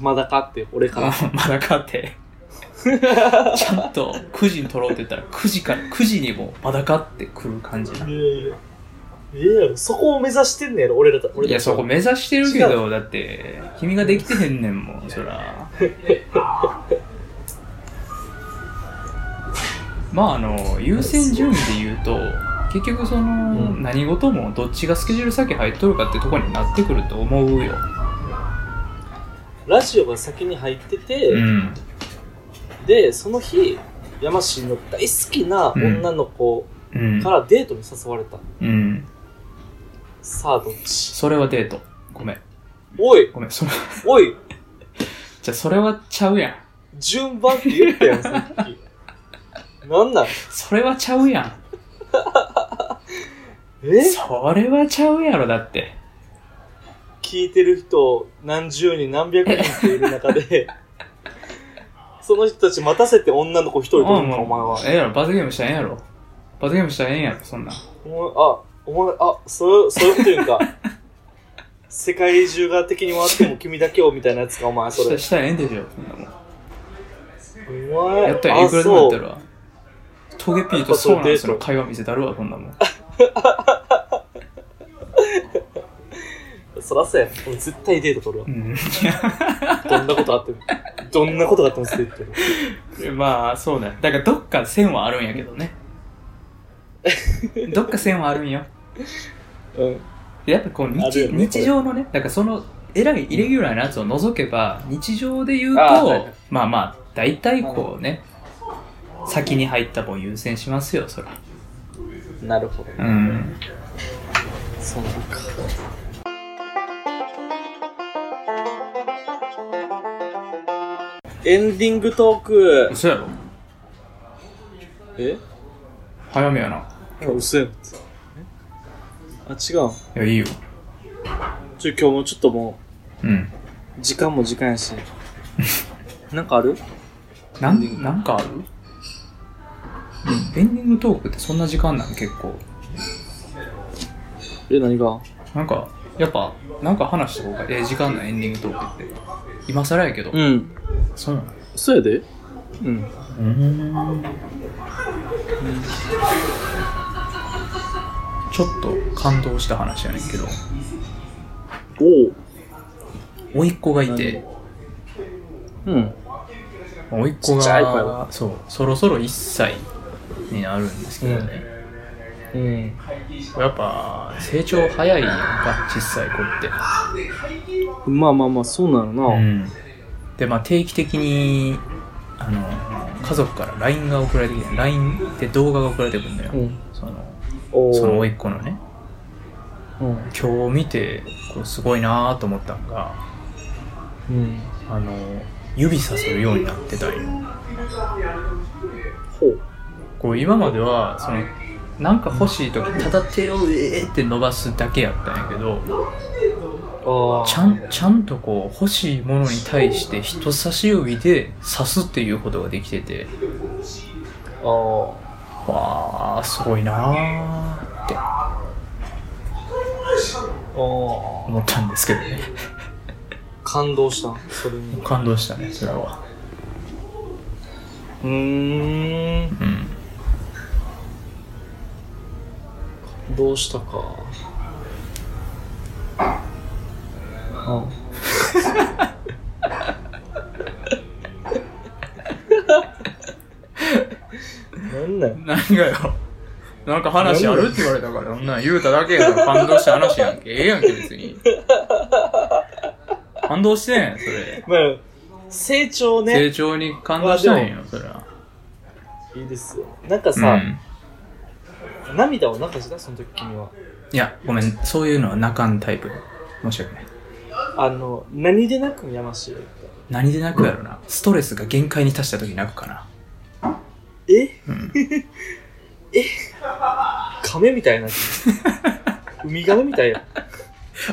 S2: まだかって、俺から。
S1: まだかってちゃんと9時に撮ろうって言ったら9時から9時にもまだかってくる感じない
S2: やいやいやいやそこを目指してんねやろ、俺らた俺たちはい
S1: やそこ目指してるけどだって君ができてへんねんも んそらまああの優先順位で言うと結局その、
S2: うん
S1: 何事もどっちがスケジュール先入っとるかってとこになってくると思うよ
S2: ラジオが先に入ってて、
S1: ん
S2: で、その日、山氏の大好きな女の子
S1: うん
S2: からデートに誘われた。
S1: うん
S2: さあ、どっち
S1: それはデートごめん
S2: おい
S1: ごめんそれ
S2: おい
S1: じゃあそれはちゃうやん
S2: 順番って言ったやん、さっき。なんなん
S1: それはちゃうやん
S2: え
S1: それはちゃうやろだって
S2: 聞いてる人、何十人、何百人っている 中で、その人たち待たせて女の子一人とるんか、お前は。
S1: ええやろ罰ゲームしたらええやろ罰ゲームしたらええんやろそんなん
S2: お前、あ、お前、あ、そう、そういうこと言う んか。世界中が敵に回っても君だけをみたいなやつか、お前、それ
S1: し。たらええんでしょそんなもん
S2: お前、
S1: やったらいくらでもやったらトゲピーとそうなん
S2: や
S1: で
S2: っぱ
S1: す
S2: それデー
S1: よ
S2: ト
S1: 会話見せたるわそんなもん
S2: あそうそらそうや。俺絶対デート取る
S1: う
S2: わ。
S1: ん
S2: どんなことあっても。どんなことがあっても絶対取る。
S1: まあそうだだからどっか線はあるんやけどねどっか線はあるんよ
S2: うん。
S1: でやっぱこう
S2: ある
S1: 日
S2: よね
S1: 日常のねだからそのえらいイレギュラーなやつを除けば日常で言うと
S2: あはいはい
S1: まあまあ大体こうね先に入った分優先しますよそら
S2: なるほど。
S1: うん
S2: そうなんか。エンディングトーク。
S1: 嘘やろ
S2: え
S1: 早めやな
S2: あ、嘘やん。あ、違う。
S1: いやいいよ
S2: ちょ、今日もちょっとも
S1: うん
S2: う、時間も時間や し。なんかある
S1: なんなんかあるエンディングトークってそんな時間なん結構
S2: え、何が
S1: なんかやっぱなんか話した方がええ時間ないエンディングトークって今更やけど、
S2: うん。
S1: そうなの
S2: そうやでうん。
S1: うんちょっと感動した話やねんけど
S2: おう。
S1: 甥っ子がいて
S2: うん。
S1: 甥っ子
S2: ちっちゃい子や
S1: が
S2: ろ
S1: そうそろそろ1歳になるんですけどね、
S2: うん。
S1: やっぱ成長早いやんか小さい子って
S2: まあまあまあ、そうなのな。
S1: うん、でまあ定期的にあの家族から LINE が送られてきて LINE で動画が送られてくるんだよ、
S2: うん
S1: その
S2: お
S1: その
S2: う
S1: 甥っ子のね
S2: うん。
S1: 今日見てこうすごいなーと思ったのが
S2: うん。
S1: あの指させるようになってたんよ
S2: ほう。
S1: こう今まではそのなんか欲しい時ただ手をえーって伸ばすだけやったんやけど
S2: ああ。
S1: ちゃんちゃんとこう欲しいものに対して人差し指で指すっていうことができてて
S2: あ
S1: わあすごいなーって
S2: あ。ああ。
S1: 思ったんですけどね
S2: 感動した。それに。
S1: 感動したねそれは
S2: う
S1: う
S2: ーん。
S1: ん
S2: どうしたか。ああ。なんなん
S1: 何がよなんか話あるって言われたからそんなん言うただけやから感動した話やんけええやんけ別に感動してんそれ
S2: まあ、成長ね。
S1: 成長に感動したんよそれはい
S2: いですよ。なんか
S1: う
S2: さ、
S1: ん
S2: 涙を流したその時君は。
S1: いやごめんそういうのは泣かんタイプ申し訳ない
S2: あの、何でなくやましい。
S1: 何で泣くやろなストレスが限界に達した時泣くかな
S2: え
S1: ん
S2: え亀みたいな。ウミガメみたいな。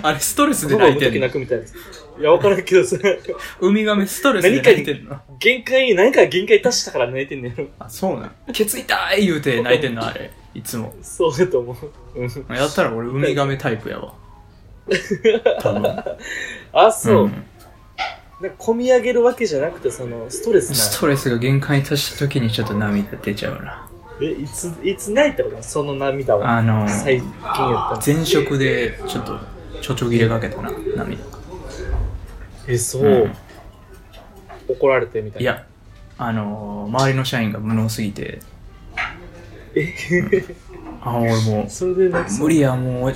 S1: あれストレスで
S2: 言葉
S1: 泣
S2: の
S1: いて
S2: 時
S1: んの
S2: 泣くみたいな。いや、わからんけどさ、
S1: ウミガメストレスで泣いてんの
S2: 限界、何か限界達したから泣いてんねやろ。
S1: あそうなんケツ痛い言うて泣いてんのあれいつも
S2: そうだと思う。うん。
S1: やったら俺ウミガメタイプやわ多分
S2: あ、そう。
S1: ん
S2: なんか、込み上げるわけじゃなくて、その、ストレス
S1: ス
S2: な。
S1: トレスが限界に達した時にちょっと涙出ちゃうな
S2: え、いつ、いつ泣いたのその涙は。
S1: あの
S2: 最近やったの。
S1: 前職でちょっとちょちょ切れかけたな涙
S2: え、そう。
S1: うん
S2: 怒られてみたい
S1: い
S2: な。
S1: やあの周りの社員が無能すぎて
S2: え、
S1: あ俺もう
S2: それで泣きそう
S1: 無理やもう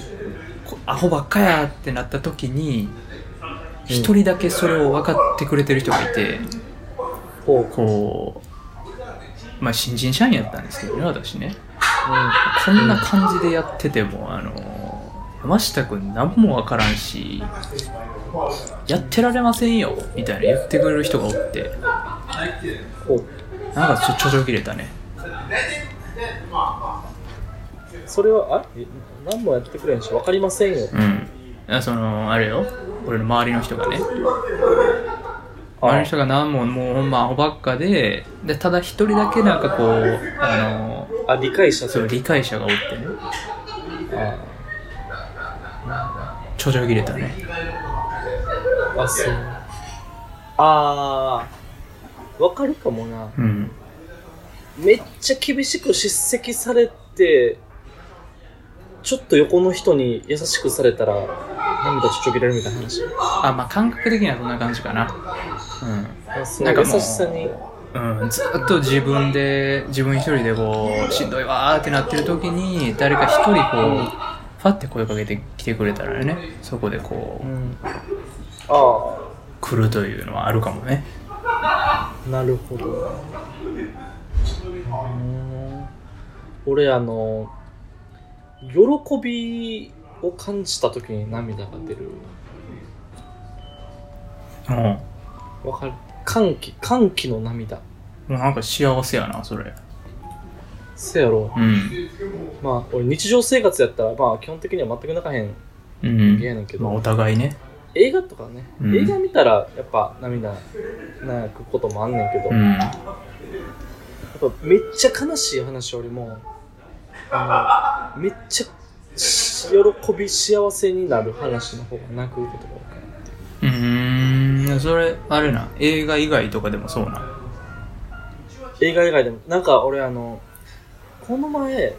S1: こアホばっかやってなった時に一人だけそれを分かってくれてる人がいて
S2: ほう。
S1: こうまあ新人社員やったんですけどね私ね
S2: う
S1: こんな感じでやっててもあの山下君何も分からんしやってられませんよみたいな言ってくれる人がおって
S2: ん。ほう。
S1: なんかちょちょちょ切れたね
S2: それは、あえ何もやってくれへんし、わかりませんよ。
S1: うんあそのあれよ俺の周りの人がね周りの人が何ももうほんまアホばっかででただ一人だけなんかこうあの
S2: あ、理解者
S1: そ
S2: と
S1: う理解者がおってね
S2: あ
S1: ちょちょ切れたね
S2: あ、そう。あー、わかるかもな。
S1: うん
S2: めっちゃ厳しく叱責されて、ちょっと横の人に優しくされたら、涙ちょちょぎれるみたいな話。
S1: あまあ感覚的にはそんな感じかなうん
S2: あそ
S1: な
S2: の
S1: んか
S2: 優
S1: もう
S2: しさに。
S1: うん、ずっと自分で自分一人でこうしんどいわーってなってる時に誰か一人こうファって声かけてきてくれたらねそこでこ
S2: う。
S1: うん
S2: あ
S1: 来るというのはあるかもね
S2: あ、なるほど。うーん俺、あの、喜びを感じた時に涙が出る
S1: うん
S2: わかる歓喜歓喜の涙
S1: もうなんか幸せやな、それ。
S2: せやろ
S1: うん。
S2: まあ俺日常生活やったらまあ基本的には全く泣かへん
S1: うん。
S2: 芸やねんけど、
S1: まあ、お互いね。
S2: 映画とかね、
S1: うん
S2: 映画見たらやっぱ涙泣くこともあんねんけど、
S1: う
S2: や
S1: ん。
S2: っぱめっちゃ悲しい話よりもあのめっちゃ喜び幸せになる話の方が泣くことが多くなって
S1: うーん。それ、あれな。映画以外とかでもそうな。
S2: 映画以外でもなんか俺あのこの前えっ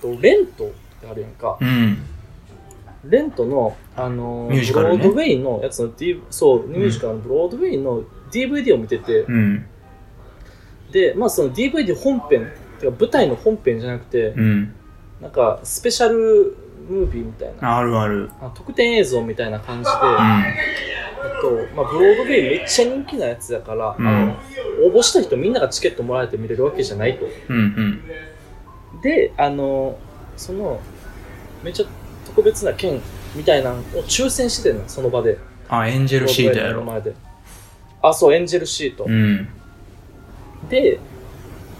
S2: とレントってあるやんか、
S1: うん。
S2: レントのあの
S1: ミュージカルね
S2: ブロードウェイのやつの、D、そうミュージカルのブロードウェイの DVD を見てて、
S1: うん。
S2: でまあその DVD 本編てか舞台の本編じゃなくて、
S1: うん。
S2: なんかスペシャルムービーみたいな
S1: あるある。
S2: あ特典映像みたいな感じで、
S1: う
S2: あ
S1: ん。
S2: とまあ、ブロードウェイめっちゃ人気なやつだから、
S1: うん
S2: あの応募した人みんながチケットもらえて見れるわけじゃないと
S1: うん。
S2: であのそのめっちゃ特別な券みたいなのを抽選してんのその場で
S1: あ、エンジェルシートや
S2: ブ
S1: ろ。
S2: ロードウェイの前であそうエンジェルシート、
S1: うん。
S2: で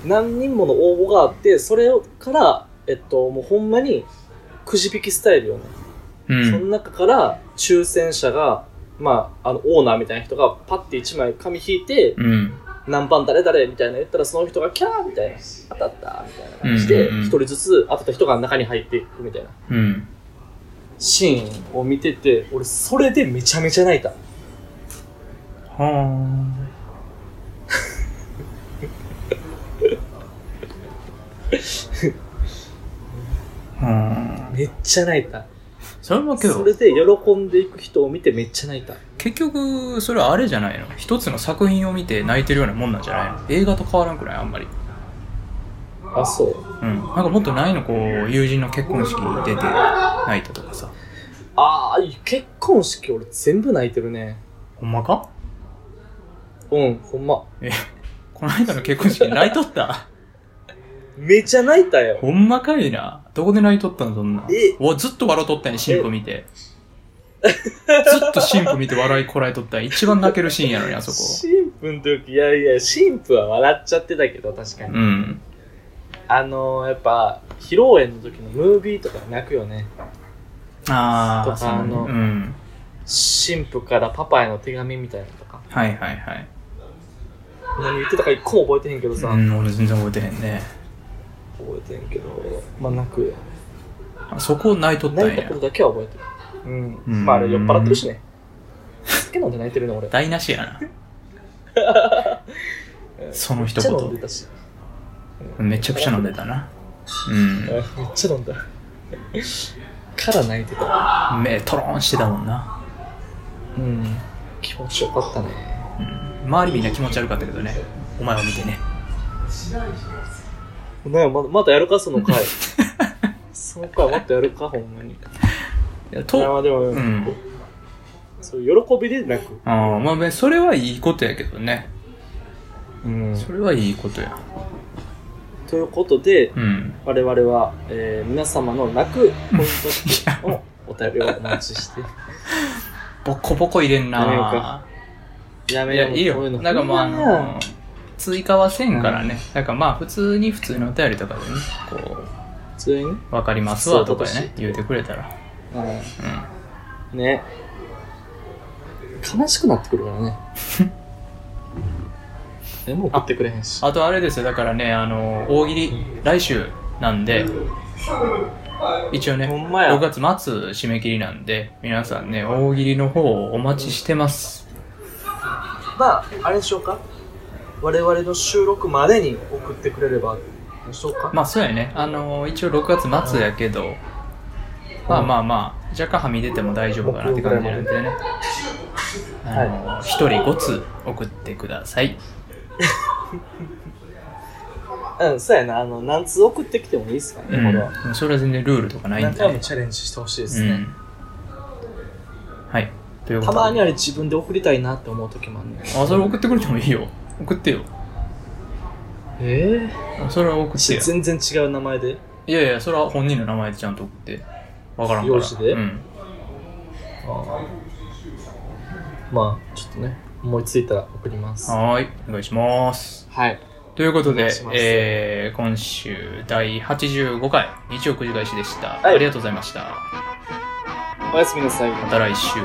S2: 何人もの応募があってそれからえっともうほんまにくじ引きスタイルよね、
S1: う
S2: その
S1: ん。
S2: 中から抽選者がまああのオーナーみたいな人がパッて1枚紙引いて、
S1: うん。
S2: 何番誰誰みたいな言ったらその人がキャーみたいな当たったみたいな感じ
S1: う
S2: で
S1: んうんうん
S2: 一人ずつ当たった人が中に入っていくみたいな
S1: うん。
S2: シーンを見てて俺それでめちゃめちゃ泣いた
S1: はあ。はあ。
S2: めっちゃ泣いた
S1: それもけ
S2: そ
S1: ど
S2: れ、で喜んでいく人を見てめっちゃ泣いた
S1: 結局、それはあれじゃないの一つの作品を見て泣いてるようなもんなんじゃないの映画と変わらんくないあんまり。
S2: あそう
S1: うん。なんかもっとないのこう、友人の結婚式に出て泣いたとかさ。
S2: ああ、結婚式俺全部泣いてるね。
S1: ほんまか
S2: うん、ほんま。
S1: え、この間の結婚式で泣いとった
S2: めちゃ泣いたよ。
S1: ほんまかいな。どこで泣いとったんそんな。
S2: え
S1: おずっと笑うとったんや、神父見て。ずっと神父見て笑いこらえとったんや一番泣けるシーンやのに、あそ こ。
S2: 新婦の時、いやいや、新婦は笑っちゃってたけど、確かに。
S1: うん。
S2: あのー、やっぱ、披露宴の時のムービーとか泣くよね。
S1: あ
S2: と
S1: あ、
S2: か
S1: そう
S2: あ
S1: ね
S2: の
S1: うん。
S2: 新婦からパパへの手紙みたいなのとか。
S1: はいはいはい。
S2: 何言ってたか一個も覚えてへんけどさ。
S1: うん、俺全然覚えてへんね。
S2: 覚えてへんけど、まあ泣くよ。
S1: あそこ泣いとった
S2: 泣
S1: ん
S2: いた
S1: や
S2: こ。とだけは覚えてる。うん。
S1: うん
S2: まああれ酔っ払ってるしね。酒飲んで泣いてるね、俺。
S1: 台無し やな。その一
S2: めっちゃ飲んで
S1: 言。
S2: たし。
S1: めちゃくちゃ飲んでたな。う
S2: めっちゃ飲ん だ。から泣いてた。
S1: ん。目トローンしてたもんな。
S2: うん。気持ちよかったね。
S1: うん。周りみんな気持ち悪かったけどね。お前を見てね。
S2: ねまだまだやるか、その回。 その回、またやるか、ほんまに。い
S1: いやと、
S2: や、まあでも、
S1: うん
S2: そう喜びで泣く。
S1: ああ、まあべ、それはいいことやけどね。
S2: うん
S1: それはいいことや。
S2: ということで、
S1: うん。
S2: 我々は、えー皆様の泣くポイン
S1: いや、
S2: トのお便りをお待ちして。
S1: ボコボコ入れん
S2: やめよう
S1: な
S2: かや
S1: ぁ。
S2: め
S1: い
S2: よ
S1: や、
S2: う、
S1: いい
S2: こう
S1: よ。
S2: いうの
S1: なんかもうあ
S2: いや
S1: の、追加はせんからね。なんかまあ、普通に普通のお便りとかでね、こ
S2: 普通にね
S1: う、わかりますわとか
S2: そう
S1: ね、言うてくれたら。
S2: うんね。悲しくなってくるからね。 でも送ってくれへんし。
S1: あとあれですよ、だからね、あの、大喜利、来週なんで、一応ね、
S2: ほんまや
S1: 5月末締め切りなんで、皆さんね、大喜利の方をお待ちしてます。
S2: まあ、あれにしようか我々の収録までに送ってくれれば、しようか
S1: まあそうやね、あの一応6月末やけど、まあまあまあ、若干はみ出ても大丈夫かなって感じなんでね、あの一1人5通送ってください。
S2: うん、そうやな。あの、何通送ってきてもいいですから
S1: う
S2: ね、これは。
S1: ん、それは全然ルールとかないん
S2: 何
S1: で
S2: 回も
S1: ね。
S2: チャレンジしてほしいです
S1: う
S2: ね。
S1: ん、はい、ということ
S2: た
S1: で。
S2: まにあれ自分で送りたいなって思う時もあるねん。
S1: あ、それ送ってくれてもいいよ。送ってよ。
S2: え
S1: それは送って
S2: ー、
S1: よ。
S2: 全然違う名前で。
S1: いやいや、それは本人の名前でちゃんと送って。わからんから。
S2: 用紙で
S1: うん。
S2: あーまあ、ちょっとね、思いついたら送ります。
S1: はーい。お願いします。
S2: はい。
S1: ということ
S2: お願
S1: で
S2: いしま、す
S1: えー、今週第85回、日曜9時返しでした。
S2: はい
S1: ありがとうございました。
S2: おやすみなさい。
S1: また来週。